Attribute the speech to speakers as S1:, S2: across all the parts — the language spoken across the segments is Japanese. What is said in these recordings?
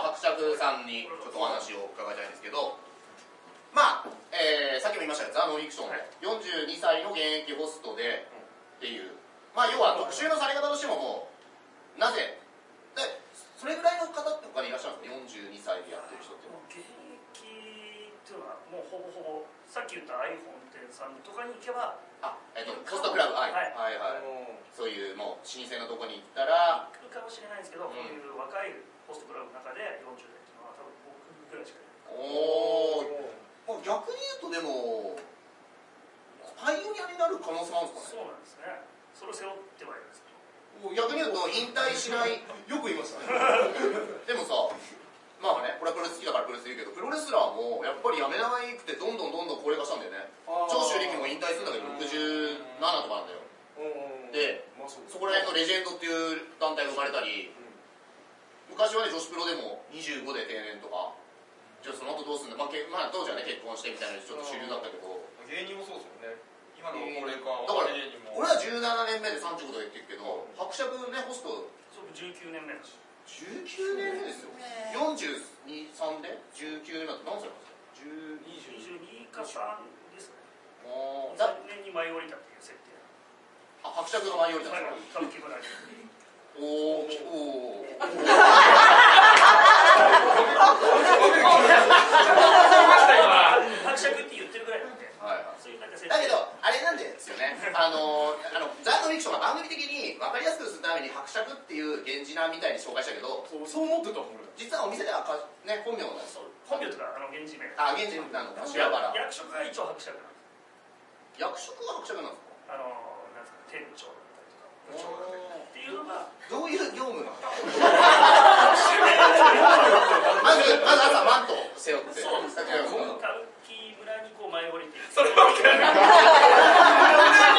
S1: さんにちょっとお話を伺いたいんですけど、まあ、えーさっきも言いましたけど、ザ・ノンフィクション、42歳の現役ホストでっていう、まあ、要は特集のされ方としてももう、なぜ、でそれぐらいの方って他にいらっしゃるんですか、42歳でやってる人っていうのは。
S2: もう現役っていうのはもうほぼほぼさっき言った iPhone 店さんとかに行けば
S1: あ、えっと、ホストクラブ、はい、は、
S2: はい
S1: はいは
S3: あ
S1: い
S3: の
S1: そういうもう老舗のとこに行ったら、
S2: 来るかもしれないんですけど、
S1: うん
S2: こういう若いホストクラブの中で40代っていうのは多分僕ぐらいしかいない
S1: おー、まあ逆に言うとでもパイオニアになる可能性もあるんですかね
S2: そうなんですねそれを背負ってはいるんですけ
S1: も
S2: ど
S1: う逆に言うと引退しない
S3: よく言いますね
S1: でもさまあね俺はプロレス好きだからプロレス言うけどプロレスラーもやっぱりやめないくてどんどんどんどん高齢化したんだよね長州力も引退するんだけど67とかなんだよで
S3: まあそう
S1: そこら辺のレジェンドっていう団体が生まれたり昔はね女子プロでも25で定年とかじゃあその後どうすんだ、まあ、けまあ当時はね結婚してみたいなのがちょっと主流だったけど
S3: 芸人もそうですよね今の高齢化
S1: だから
S3: は芸人も
S1: 俺は17年目で35度言ってるけど伯爵ねホスト
S2: そう19年目だし
S1: 19年目ですよ423で19年なんて何歳なんですか10
S2: 22か3ですね
S1: あーだ
S2: 3年に舞い降りたっていう設定
S1: あ伯爵の前よりじゃな
S2: はいい
S1: ですか
S2: 歌舞伎村に
S1: おおおー
S2: 伯爵って言ってるぐらいなんで
S1: はいはい
S2: そういうなんか設
S1: だ
S2: 定
S1: けどあれなんですよねあのあのザ・ノンフィクションが番組的に分かりやすくするために伯爵っていう源氏名みたいに紹介したけど
S3: そうそう思ってたもん俺
S1: 実はお店ではか、ね、本名なんですよ
S2: そう本名とかあの源氏名
S1: あ源氏なのか白原
S2: 役職が一応伯爵なんです
S1: 役職が伯爵なんですか
S2: あのなんですか天武長だったりとか
S3: 部長が
S2: っ
S3: ね
S2: ていうのが
S1: どういう業務なの まず、まず朝マントを背負って。
S2: そうですね
S1: 竹山
S2: 歌舞伎村にこう舞い降りて
S3: それわかる 俺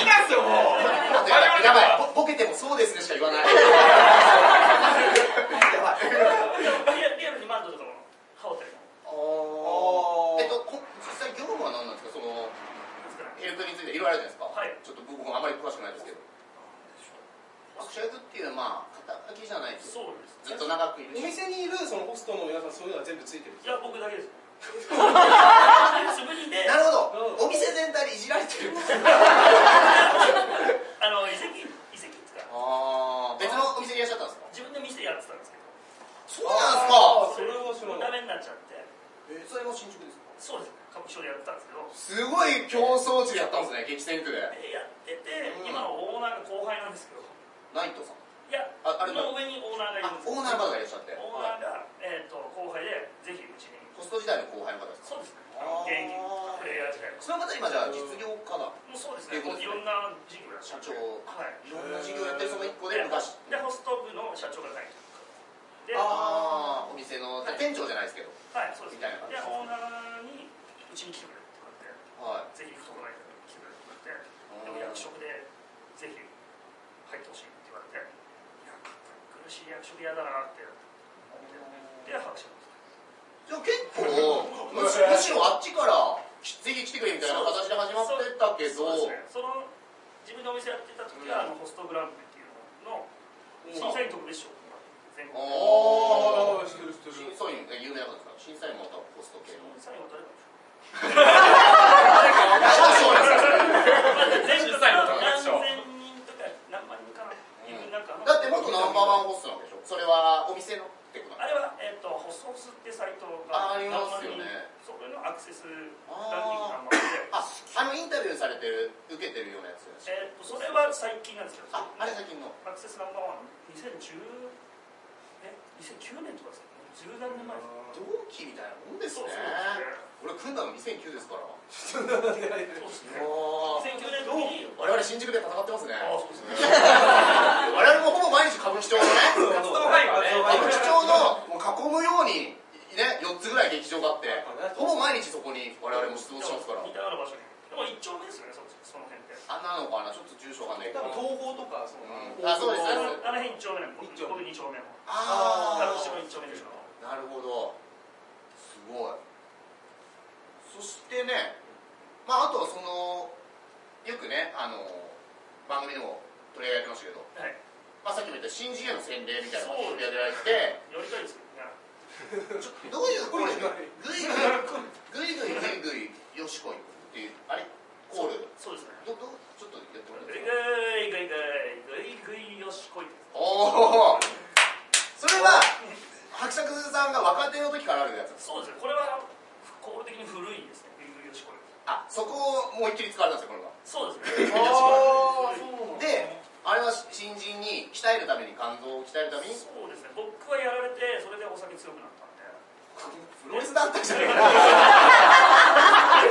S3: に出すよもう
S1: さんやばい、やばいぼボケてもそうですねしか言わない。やばい。
S2: リアリアルにマントとかも羽織ったりも
S1: えっと、こ実際業務は何なんですかその、
S2: なんですかね
S1: ヘルプについていろいろあるじゃないですか。
S2: はい
S1: ちょっと僕もあまり詳しくないですけど。伯爵っていうのはまあ、肩書きじゃないですよ。
S2: そうです
S1: ずっと長くいる
S3: お
S1: し。
S3: 店にいるそのホストの皆さんそういうのは全部ついてる
S2: いや僕だけですつぶりで
S1: なるほ
S3: う
S1: ど。お店全体でいじられてる。
S2: あの遺跡遺跡っていうか
S1: あー別のお店にいらっしゃったんですか
S2: 自分で店やってたんですけど
S1: そう
S3: あそれは知らない
S2: ダメになっちゃって
S1: えそれも新宿ですか
S2: そうですね歌舞伎町でやってたんです
S1: す
S2: けど
S1: ごい競争地でやったんですね、激戦区で。
S2: でやってて
S1: うん
S2: 今のオーナーが後輩なんですけど
S1: ナイトさん。
S2: いや
S1: ああ
S2: あ
S1: れ
S2: の上にオーナーがいる
S1: あ
S2: んですけど
S1: オーナーの方がいらっしゃって。
S2: オーナーが、えー、と後輩でぜひうちに
S1: ホスト時代の後輩の方ですか
S2: そうですねあの現役プレイヤー時代も
S1: その方今じゃあ実業家だ。
S2: うそうです
S1: という
S2: ね
S1: ことで
S2: もういろんな事業やって
S1: 社
S2: て
S1: 長。
S2: はい
S1: いろんな事業やってるその一個で
S2: で
S1: 昔。
S2: でホスト部の社長がないで
S1: ああ、お店の店長じゃないですけど。
S2: はいそうです
S1: みたいな感じ
S2: でオーナーにうちに来てくれって言わ
S1: は
S2: れてぜひ行くとこないから来てく
S1: い。
S2: れって言われてでも役職でぜひ入ってほしいって言われていや苦しい役職嫌だなってで拍手
S1: じゃあ結構む し、むしろあっちから、ぜひ来てくれみたいな形で始まってったけど、
S2: そうですねその自分のお店やってた時は、あのホストグランプリっていうのの審査員特別賞全
S1: あ
S2: 国
S1: あ
S3: ああ知ってる知って
S1: 審
S3: る
S1: 査員、え有名な方ですか審査員もまたホスト系
S2: 審
S1: の。
S2: 査員は誰なんでしょう
S1: そうなんですか
S2: まあ全国の何千人
S3: 審査員の特別賞
S2: とか何万人かな、いる中の
S1: だって元ナンバーワンホストなんでしょそれはお店のってこと
S2: あ
S1: なの
S2: れは、えっとホストスってサイト
S1: あ
S2: が
S1: ありますよね
S2: そこのアクセスランキングナンバーで
S1: ああのインタビューされてる受けてるようなやつ
S2: えっとそれは最近なんですけど
S1: ああれ最近の
S2: アクセスナンバーワン2010え2009年とかですか10何年前で
S1: 同
S2: す
S1: 期みたいなもんです
S2: そう
S1: ね
S2: そ
S1: 俺
S2: う
S1: 組んだの2009ですからあ
S2: そうですね
S1: あ
S2: 2009年の時に
S1: 我々新宿で戦ってますね
S2: ああそうですね
S1: 我々もほぼ毎日歌舞伎町のね
S3: 活動範囲がね
S1: 歌舞伎町のもう囲むようにね4つぐらい劇場があってほぼ毎日そこに我々も出没しますから
S2: 似たような場所にでも一丁目ですよねそその辺って
S1: あんなのかなちょっと住所がね
S3: 多分東宝とかそ
S1: うん
S3: の
S1: あそうですね
S2: あのあの辺一丁目なんで
S3: 一丁
S2: 僕僕二丁目も
S1: あ
S2: 歌
S1: あ
S2: 舞伎町の一丁目でしょ
S1: なるほどすごいそしてねまああとはそのよくねあの番組でも取り上げてましたけど、まあ、さ
S2: はい
S1: っきも言った新次元の洗礼みたいなのが
S2: そう
S1: 取り上げられて
S2: 寄りたいですけ
S1: ど
S2: どね
S1: ういうこれグイグイグイグイグイよしこいっていうあれコール
S2: そうですね
S1: どどちょっとやってもらっ
S2: グ
S1: ていい
S2: イ
S1: ですか
S2: グイグイグイグイグイよしこいです
S1: おおそれは伯爵さんが若手の時からあるやつ
S2: そうですねこれは心的に古いですねグイグイよしこい
S1: あそこを思いっきり使われたんですよこれは
S2: そうですね
S3: あ
S2: そう
S3: ーそうなんだ
S1: であれは新人に鍛えるために肝臓を鍛えるために
S2: そうですね僕はやられてそれでお酒強くなったんで
S1: プロレス団体じゃないか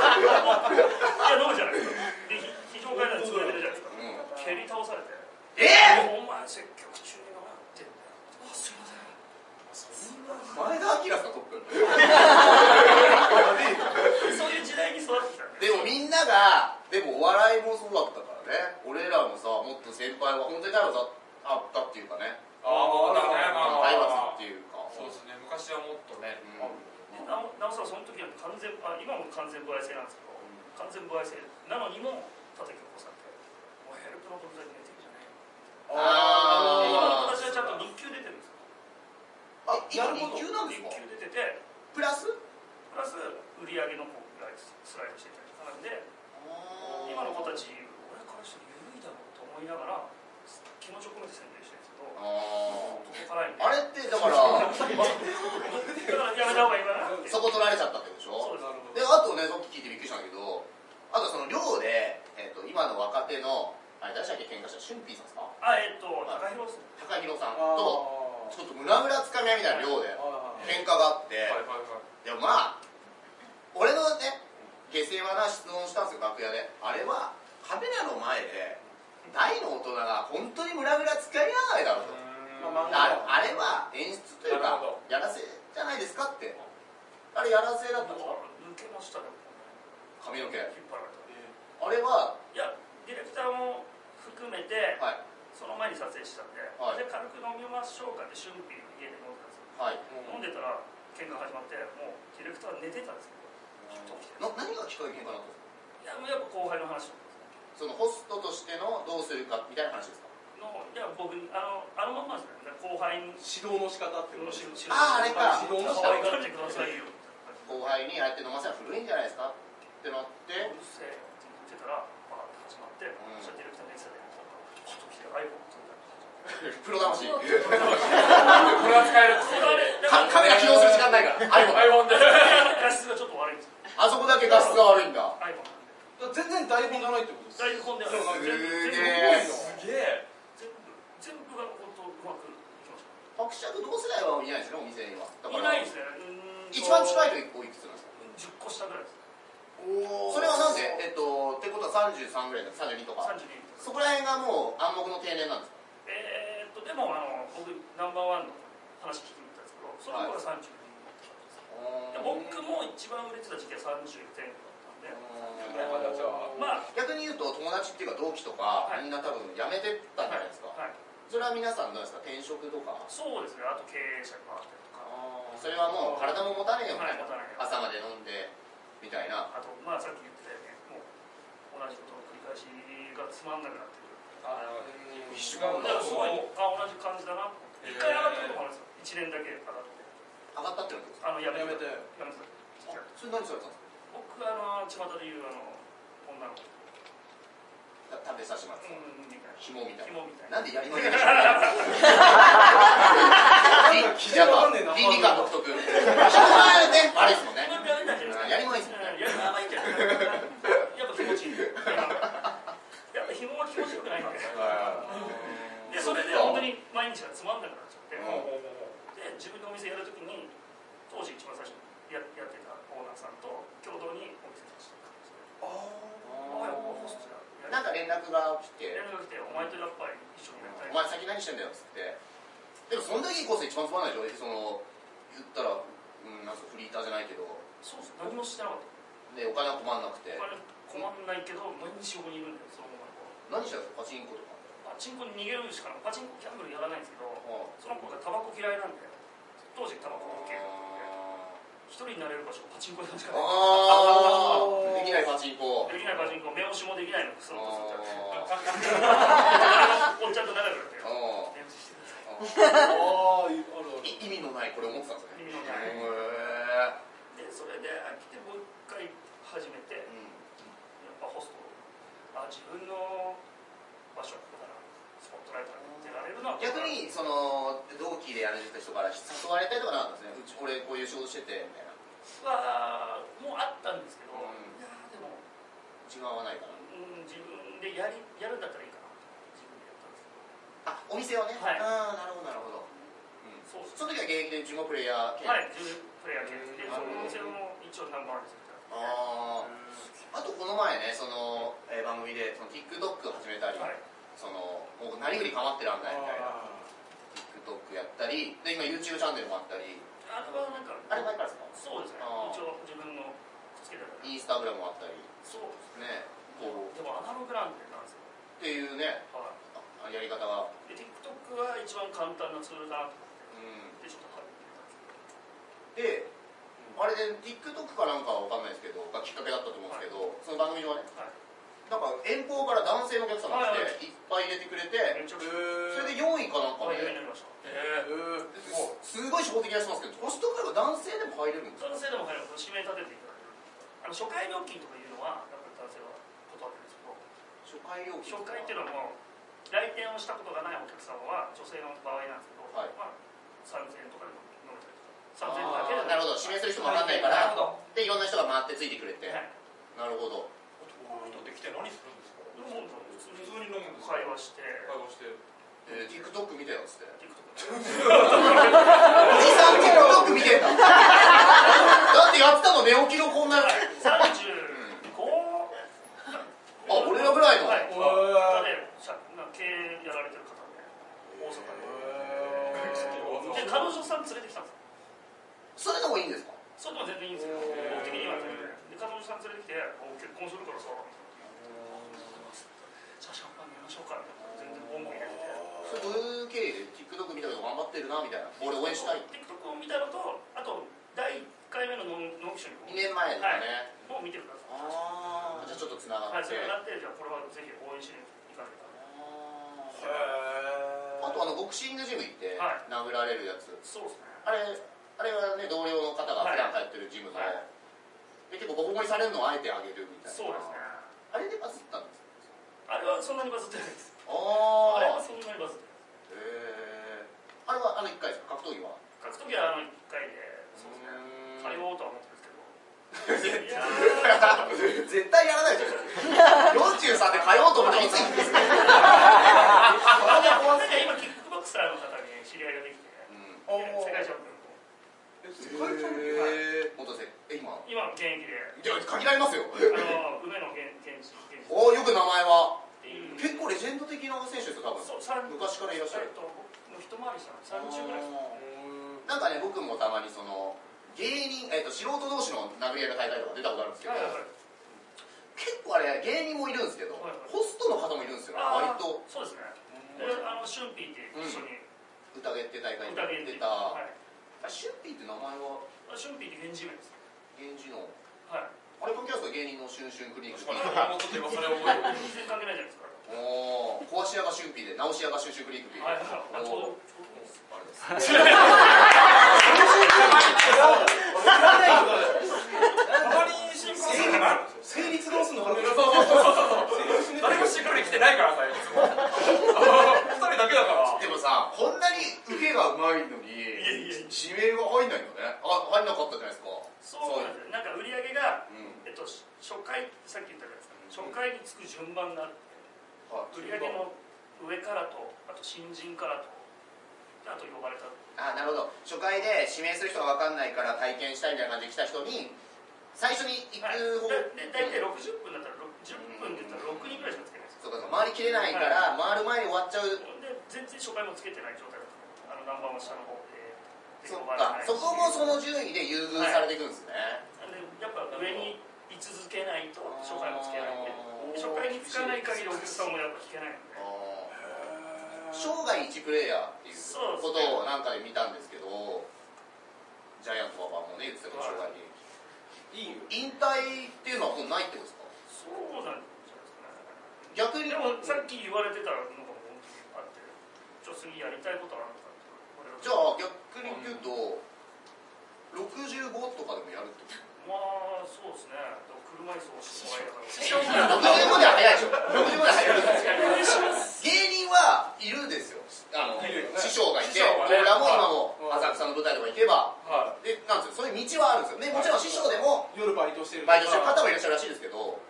S2: いや飲むじゃないですかで非非常階段で潰れてるじゃないですか
S1: うん
S2: 蹴り倒されて
S1: え
S2: お前積極中に飲まってんだよあすいません
S1: 前田明さんトップ
S2: そういう時代に育ってきたんで
S1: でもみんながでもお笑いもそうだったからね俺らもさもっと先輩は本当に体罰あったっていうかね
S3: あーだねまあ
S1: 体罰っていうか
S3: そうですね昔はもっとね、
S1: うん
S2: でなおなおさらその時は完全あ今も完全歩合制なんですけど完全歩合制なのにも叩き起こされてもうヘルプの存在に出てるじゃない
S1: あ
S2: 私はちゃんと日給出てるんですよ
S1: あ今
S3: なるほど
S1: 2級なんです
S2: 日
S1: か
S2: 給出てて
S1: プラス
S2: プラス売り上げのこうスライドしてたりとかなんで今の子たち俺からして緩いだろうと思いながら気持ちを込めて宣伝してるんですけど
S1: あ
S2: 届かないん
S1: ー
S2: で
S1: あれってだから
S2: だからやめた方がいいかなって
S1: そこ取られちゃったってことでしょ
S2: そうで
S1: で
S2: す
S1: あとねさっき聞いてびっくりしたんだけどあとその寮で、えっと今の若手のあれ誰でしたっけ喧嘩した俊ーさんですか
S2: あえっと高弘さん
S1: 高弘さんとちょっと胸ぐらつかみ合いみたいな寮で喧嘩があって、
S3: はいはいはい
S1: でもまあ俺のね下世話な質問したんですよ楽屋であれはカメラの前で大の大人が本当に胸ぐらつかみ合わないだろうと
S3: まあ
S1: ああれは演出という
S3: な
S1: か
S3: るほ
S1: やらせじゃないですかってあれやらせだったでしょ
S2: 抜けましたね
S1: 髪の毛
S2: 引っ張られた
S1: あれは、
S2: いやディレクターも含めて
S1: はい、
S2: その前に撮影したんで,、
S1: はい
S2: で軽く飲みましょうかって俊平の家で飲んだんですよ
S1: はい。
S2: 飲んでたら喧嘩始まってもうディレクターは寝てたんですけどちょっと起きて
S1: な何がきっかけ喧嘩なんですか
S2: いやもうやっぱ後輩の話なんですね
S1: そのホストとしてのどうするかみたいな話ですか
S2: のいや僕にあのあのまんまですね後輩に
S4: 指導の仕方って
S2: この仕事
S1: あーあれか
S2: 可愛がってくださいよみたいな
S1: 後輩にああやって飲ませは古いんじゃないですかってなって
S2: うるせえよって言ってたらバーって始まって、
S1: ん
S2: そしたらディレクターのやつがやったからパッと来て iPhone 撮ったら
S1: プロ魂 カ
S3: これは使える
S1: カメラ起動する時間ないから iPhone
S3: iPhone で
S2: 画質がちょっと悪いんですよ
S1: あそこだけ画質が悪いんだ
S2: iPhone なんで
S4: 全然台本じゃないってことです
S2: だいぶ混んである
S1: すげえ
S3: すげえ
S2: 全部全部が本当うまくいきました
S1: 伯爵同世代はいないですよねお店にはだ
S2: いないで
S1: から
S2: すねうーんと
S1: 一番近いとおいくつなんですか
S2: 10個下ぐらいです
S1: それはなんでえっとってことは33ぐらいだ32とか
S2: 32です
S1: そこら辺がもう暗黙の定年なんですか
S2: えーっとでもあの僕ナンバーワンの話聞きに行ったんですけどその子が32で僕も一番売れてた時期は30前後だったんでまあ
S1: 逆に言うと友達っていうか同期とか
S2: はい
S1: みんな多分辞めてったんじゃないですか
S2: はい
S1: それは皆さんどうですか転職とか
S2: そうですねあと経営者に回ったりとか
S1: それはもう体も持たねえよみたい
S2: はい
S1: な
S2: 持たない
S1: 朝まで飲んでみたいな
S2: あとまあさっき言ってたよねもう同じことの繰り返しがつまんなくなってる
S3: 一
S1: 緒なん
S2: だからすごいあ同じ感じだな一回上がったこともあるんですよ1年だけ上がって
S1: 上がったってことですか
S2: あのやめ
S4: やめて
S2: やめてた
S1: あそれ何されたんです
S2: 僕あの巷で言うあの女の子
S1: か食べさせてもらって
S2: うんみたいな
S1: 紐みたいな
S2: 紐みたい
S1: な
S2: な
S1: んでやりませんでした膝が倫理観独特人前でねあれですもんね
S2: やめたいじゃない
S1: やりまいっす
S2: です
S1: ね
S2: かやりまいんじゃないですかやっぱ気持ちいいやっぱ紐は気持ちよくないからでそれで本当に毎日がつまんなくなっちゃっ
S1: う
S2: て
S1: ん
S2: で自分のお店やるときに当時一番最初にややってたオーナーさんと共同にお店出してたんですよああやっぱホストや
S1: なんか連絡が来て
S2: 連絡が来てお前とやっぱり一緒にやりたい
S1: 「お前先何してんだよ」っつってでもそんだけいいコース一番つまんないでしょその言ったらうんなんかフリーターじゃないけど
S2: そうです何もしてなかった
S1: でお金は困んなくて
S2: お金困んないけど毎日横にいるんだよその女
S1: 何
S2: の子
S1: してたんですかパチンコとか
S2: パチンコに逃げるしかないパチンコキャンブルやらないんですけど
S1: あ
S2: その子がタバコ嫌いなんで当時タバコ OK
S1: あ
S2: 一人になれる場所パチンコ屋しかない
S1: あーできないパチンコ
S2: できないパチンコ目押しもできないのその子ずっとやっておっちゃんと仲良くなっ
S1: あ
S2: て目押ししてくださ
S4: あ
S1: ー
S2: い
S4: ああるある
S1: い意味のないこれ思ってたんですね
S2: 意味のない自分の場所ここだなスポットライト当てられるのは
S1: 逆にその同期でやられてた人から誘われたりとかなかったんですねうち俺こういう仕事しててみたいな
S2: はもうあったんですけど、
S1: うん
S2: いやーでも、
S1: うちが合わないから
S2: うん、自分でやりやるんだったらいいかな自分でやったんですけど
S1: あお店をね、
S2: はい
S1: ああなるほどなるほど、うん
S2: そうです
S1: その時は現役で自分もプレイヤー兼、
S2: はい自分プレイヤー系で
S1: うん
S2: そのお店の一応ナンバーワンですみ
S1: あーあ
S2: たいな
S1: とこの前ねその、えー番組でその TikTok を始めたり、
S2: はい
S1: そのもう何より構ってらんないみたいな TikTok やったりで今 YouTube チャンネルもあったり
S2: あれはなんか
S1: あれ前からですか
S2: そうですね
S1: あー
S2: 一応自分のくっつけてたから
S1: インスタグラムもあったり
S2: そうです
S1: ねこう
S2: でもアナログなんでなんですよ、
S1: っていうね
S2: は
S1: あやり方が
S2: い、で TikTok は一番簡単なツールだなと思
S1: う
S2: っ
S1: ん
S2: てちょっと入ってみたんですけ
S1: で
S2: ど
S1: あれで TikTok かなんかは分かんないですけどがきっかけだったと思うんですけど、その番組のね
S2: はい
S1: なんか遠方から男性のお客様が
S2: はい
S1: 来ていっぱい入れてくれて
S2: めち
S4: そ
S2: ゃく
S1: そ
S2: ちゃ
S1: れで4位かなんか
S2: 有名
S1: ね
S2: になりました
S4: えーも
S1: すすごい初歩的なやつなんですけどコストコが男性でも入れるんですか
S2: 男性でも入る指名立てていただけるあの初回料金とかいうのはやっぱり男性は断ってるんですけど
S1: 初回料金
S2: 初回ってい
S1: の
S2: うのはもう来店をしたことがないお客様は女性の場合なんですけど、
S1: はい
S2: まあ、3000円とかでも飲めたりとか3000
S1: は
S2: 円だけでも
S1: なるほど指名する人も分かんないから
S3: なるほど
S1: でいろんな人が回ってついてくれて
S2: はい
S1: なるほど
S3: 男の人って来て何するんですか
S2: でももう普通
S3: 普
S2: に
S3: 通に飲むんですか
S2: 会話して
S3: 会話して
S1: えー TikTok 見てよっつってお
S2: TikTok
S1: じさん TikTok 見て んだだってやったの寝起きのこんなあ
S2: 35
S1: 俺らぐらいの、
S2: はい
S4: おー
S2: だってさなんか経営やられてる方で大阪でで彼女さん連れてきたんですよ
S1: それの方がいいんですか
S2: それでも全然いいんですよ僕的には全然で彼女さん連れてきて「お結婚するからさ」じゃあシャンパン飲みましょうか」みたいな全然ボンボン入れて
S1: それどういう経緯で TikTok 見たけど頑張ってるなみたいな俺応援したい
S2: TikTok を見たのとあと第1回目のノンノンフィクション
S1: 2年前とかね、
S2: もう見てください
S1: ああじゃあちょっとつなが
S2: はい
S1: っ
S2: そ
S1: て、
S2: れがあってじゃあこれはぜひ応援しに行かないと
S1: あーあとあのボクシングジム行って
S2: はい
S1: 殴られるやつ、
S2: そうですね
S1: あれあれはね同僚の方が普段通ってるジムの、
S2: はい
S1: で結構ボコボコにされるのをあえてあげるみたいな
S2: そうですね
S1: あれでバズったんです
S2: あれはそんなにバズってないです
S1: あ
S2: あれ
S1: あ
S2: はそんなにバズってな
S1: へえ
S2: い
S1: あれはあの1回ですか格闘技は
S2: 書くときはあの1回でそうですね
S1: う
S2: 通
S1: ーん
S2: おうとは思ってるんですけどいや
S1: 絶対やらないでし ょ43で通おうと思ったらいつ行くんですか、
S2: あなんか今キックボクサーの方に知り合いができて世界チャンピオンの
S1: え元瀬え今
S2: 今の現役で
S1: じゃあ限られますよ
S2: あの梅野源源氏源氏っ
S1: おおよく名前は
S2: ていう
S1: 結構レジェンド的な選手ですよ多分
S2: そう三
S1: 昔からいらっしゃる
S2: えと僕の一回りしたの三十ぐらいです
S1: なんかね僕もたまにその芸人、えっと素人同士の殴り合いの大会とか出たことあるんですけど、
S2: はいはいはい
S1: 結構あれ芸人もいるんですけど、
S2: はいはい
S1: ホストの方もいるんですよね割
S2: あー
S1: と
S2: そうですねであのシュンピーって一緒に
S1: 宴って大会に
S2: 歌源
S1: 出
S2: 氏
S1: た、
S2: はい
S1: あシュンピーって名前は
S2: あシュンピーって源氏名です
S1: 源氏の
S2: はい
S1: あれ関係あるんですか芸人のシュンシュンクリニック
S2: 全然関係ないじゃないですか
S1: おお壊し屋がシュンピーで直し屋がシュンシュンクリニックピー
S2: はいはいあち
S1: お
S2: ょうど
S1: ー
S2: ちょうどです
S1: あれです
S4: 成立どうすんの
S3: 誰もしっくり来てないからさ、いつも。二人だけだから。
S1: でもさこんなに受けがうまいのに
S2: やいやいや
S1: 指名が入んないのねあ入んなかったじゃないですか
S2: そうなんですよなんか売り上げが
S1: うん
S2: えっとし初回さっき言ったじゃないですか初回につく順番があって
S1: はい
S2: 売り上げの上からとあと新人からとあと呼ばれた
S1: あなるほど初回で指名する人が分かんないから体験したいみたいな感じで来た人に最初に行
S2: はい
S1: く方、
S2: でで大体60分だったらろく10分で言ったら6人ぐらいしかつけないんですよ
S1: そうかそう回りきれないから、回る前に終わっちゃう
S2: で全然初回もつけてない状態だったあのナンバーワン下の方でで
S1: そっ
S2: 呼ばれ
S1: か
S2: ない
S1: そ
S2: し
S1: こもその順位で優遇されていくんですね、
S2: でやっぱ上に居続けないと初回もつけないんでで初回につかない限りお客さんもやっぱ聞けないの
S1: あー
S2: で
S1: 生涯一プレイヤーっていうことをなんかで見たんですけどジャイアントババアもね言ってたけど生涯に引退っていうのはもうないってことですか
S2: そうなんじゃないですかね
S1: 逆に
S2: でもさっき言われてたのがもう本当にあってちょっと次やりたいことあるのかって俺は
S1: じゃあ逆に言うと、65とかでもやるってこと
S2: まあそうですねでも車椅子をしてもらいながら
S1: 65では早いでしょ65では早いでしょ
S2: お願いします
S1: 芸人はいるんですよあの
S3: いるよね
S1: 師匠がいて
S2: 師匠がね
S1: 僕らも今も浅草の舞台とか行けば
S3: は
S1: でなんですよそういう道はあるんですよねもちろん師匠でも
S4: 夜バイトしてる
S1: バイトしてる方もいらっしゃるらしいですけど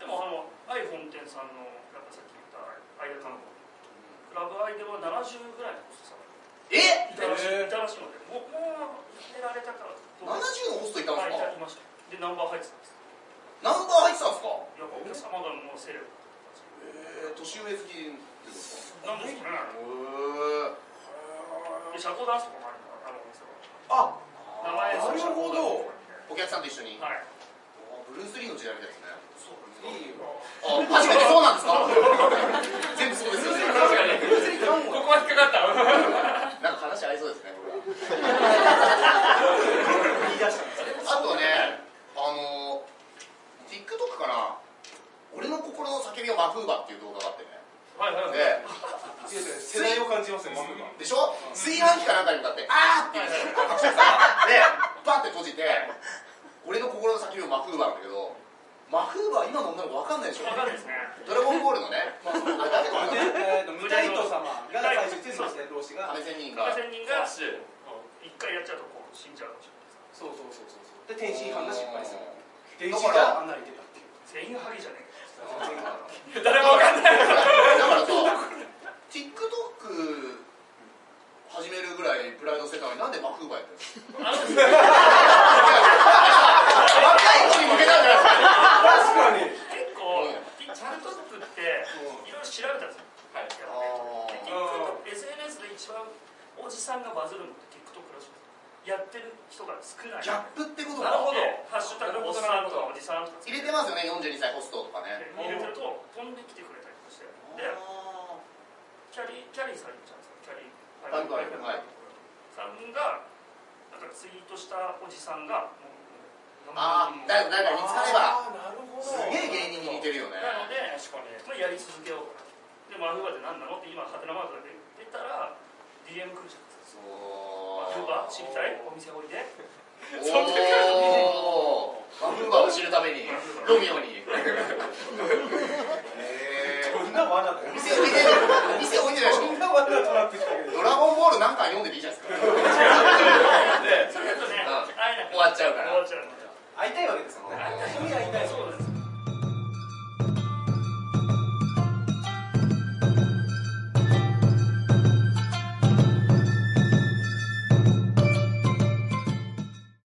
S2: でもあの i 本店さんのやっぱさっき言ったアイデカのクラブアイデは70ぐらいのホストさんが
S1: え
S2: いたらしい
S4: へー
S2: いたらしいのでもうもうやめられたから
S1: 70
S2: どうです
S1: のホストいたんです
S2: はい
S1: か
S2: いただきましたでナンバー入ってたんです
S1: ナンバー入ってたんですか
S2: やっぱお客様がもうセレブだったんです
S1: えー、年
S2: よ
S1: 上好きってことですか
S2: なんですかねで社交ダンスとかもあるからあのお店は
S4: あ
S2: 名前
S4: なるほど
S1: お客さんと一緒に、
S2: はい
S1: ブルース・リーの時代みたいですね
S4: いいわ
S1: あ初めてそうなんですか全部そうですよね
S3: 確かにここは引っかかった
S1: なんか話合いそうですねこれは
S4: 言い出したんです
S1: あとね、あの TikTok かな、俺の心の叫びはマフーバっていう動画があってね、
S2: はいはいは
S1: で
S2: い
S4: よ世代を感じますねマムが
S1: でしょ、炊飯器かなんかに向かって、あーって言うんですよ、で、バって閉じて、俺の心の叫びはマフーバなんだけど、マフーバは今の女の子わかんないでしょ、
S2: わかんないですね
S1: ドラゴンボールのね、あれ誰かわかんない、
S4: えーとムタイト様が最初言ってるんですね老子が
S1: 亀仙人が、
S2: 1,000人が
S3: しい
S2: 一回やっちゃうとこう死んじゃうかもしれない
S4: そうそうそうそうで天津飯が失敗する天
S1: だ
S4: 津
S1: か
S4: 飯
S1: ら
S4: が穴開いてたっていう
S2: 全員ハゲじゃねえか
S3: 誰もわかんない
S1: だからさ、TikTok 始めるぐらいプライドしてたのに、なんでマフーバやってるの
S2: あの
S1: 若い子に向けたんじゃ
S4: 確
S1: ない
S4: かに
S2: 結構 TikTok っていろいろ調べたんですよ
S3: はい
S2: やっぱ
S1: あー
S2: り TikTok SNS で一番おじさんがバズるのって TikTok らしいんですよやってる人が少ない
S1: ギャップってこと
S3: な
S1: か
S3: るほど
S2: でハッシュタグおっさんとかおじさんとか
S1: 入れてますよね42歳ホストとかね
S2: で入れてると飛んできてくれたりとかしてで
S1: あ
S2: キャリーキャリーさんいるじゃな
S1: はいは
S2: いですかキャリー
S1: いはい
S2: さんがなんかツイートしたおじさんがもう
S1: あー
S2: な
S1: だ
S2: ので
S1: 誰かに見つかれば
S4: あーなるほど
S1: すげえ芸人に似てるよね
S3: 確かに
S2: まあ、やり続けようかなでマフーバって何なのって今ハテナマークが出たら DM 来るじゃないです
S1: そ
S2: か
S1: う
S2: マフーバ知りたいお店おいで
S1: おーマフーバを知るためにロミオにへー
S4: どんな罠だよ
S1: 店 置いてない店置いてないでし
S4: どんな罠となってきたけど
S1: ょドラゴンボールなんか読んでていいじゃないですか
S3: で
S2: それで